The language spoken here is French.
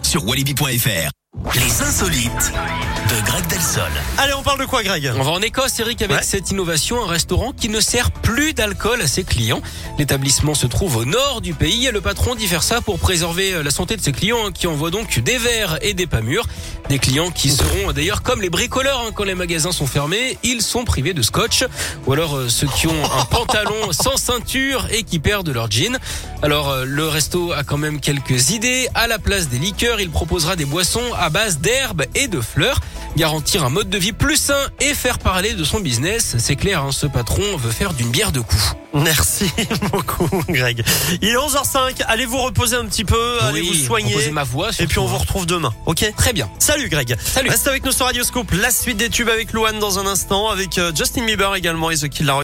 sur walibi.fr. Les insolites de Greg Delsol. Allez, on parle de quoi, Greg On va en Écosse, Eric, avec Ouais. cette innovation, un restaurant qui ne sert plus d'alcool à ses clients. L'établissement se trouve au nord du pays et le patron dit faire ça pour préserver la santé de ses clients hein, qui envoient donc des verres et des pas mûrs. Des clients qui seront euh, d'ailleurs comme les bricoleurs hein, quand les magasins sont fermés, ils sont privés de scotch. Ou alors euh, ceux qui ont un pantalon sans ceinture et qui perdent leur jean. Alors euh, le resto a quand même quelques idées. À la place des liqueurs, il proposera des boissons à base d'herbes et de fleurs garantir un mode de vie plus sain et faire parler de son business. C'est clair, hein, ce patron veut faire d'une bière de coup. Merci beaucoup, Greg. Il est 11h05. Allez vous reposer un petit peu, allez Oui, vous soigner. proposer ma voix. Et puis on surtout, vous hein. retrouve demain, ok Très bien. Salut Greg Salut. Reste avec nous sur Radioscope, la suite des tubes avec Louane dans un instant, avec euh, Justin Bieber également et The Killer